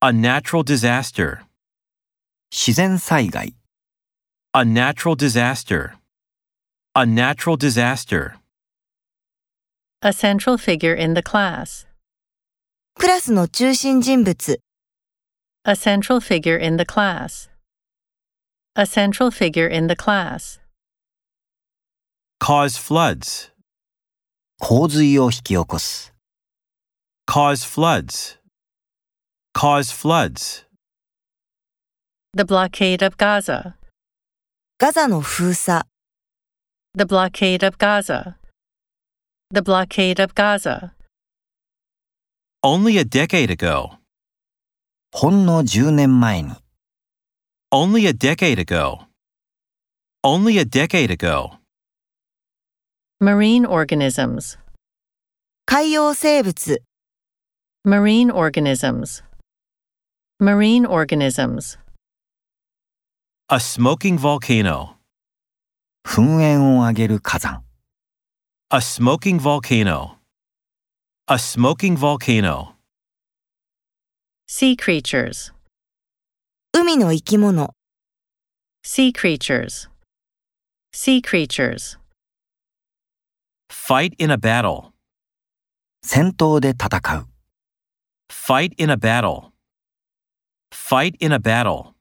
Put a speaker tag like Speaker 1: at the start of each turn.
Speaker 1: A natural disaster.
Speaker 2: 自然災害、
Speaker 1: A natural disaster. A natural disaster.
Speaker 3: a central figure in the class,
Speaker 4: クラスの中心人物、
Speaker 3: a central figure in the class, a central figure in the class,
Speaker 1: Cause floods.
Speaker 2: 洪水を引き起こす、
Speaker 1: Cause floods. Cause floods.
Speaker 3: the blockade of Gaza,
Speaker 4: ガザの封鎖、
Speaker 3: the blockade of Gaza, the blockade of Gaza,
Speaker 1: Only a decade ago.
Speaker 2: ほんの10年前に、
Speaker 1: Only a decade ago. Only a decade ago.
Speaker 3: marine organisms,
Speaker 4: 海洋生物、
Speaker 3: marine organisms, marine organisms,
Speaker 1: A smoking volcano.
Speaker 2: 噴煙を上げる火山、
Speaker 1: A smoking volcano. A smoking volcano.
Speaker 3: sea creatures,
Speaker 4: 海の生き物、
Speaker 3: sea creatures, sea creatures,
Speaker 1: Fight in a battle.
Speaker 2: 戦闘で戦う。
Speaker 1: Fight in a battle. Fight in a battle.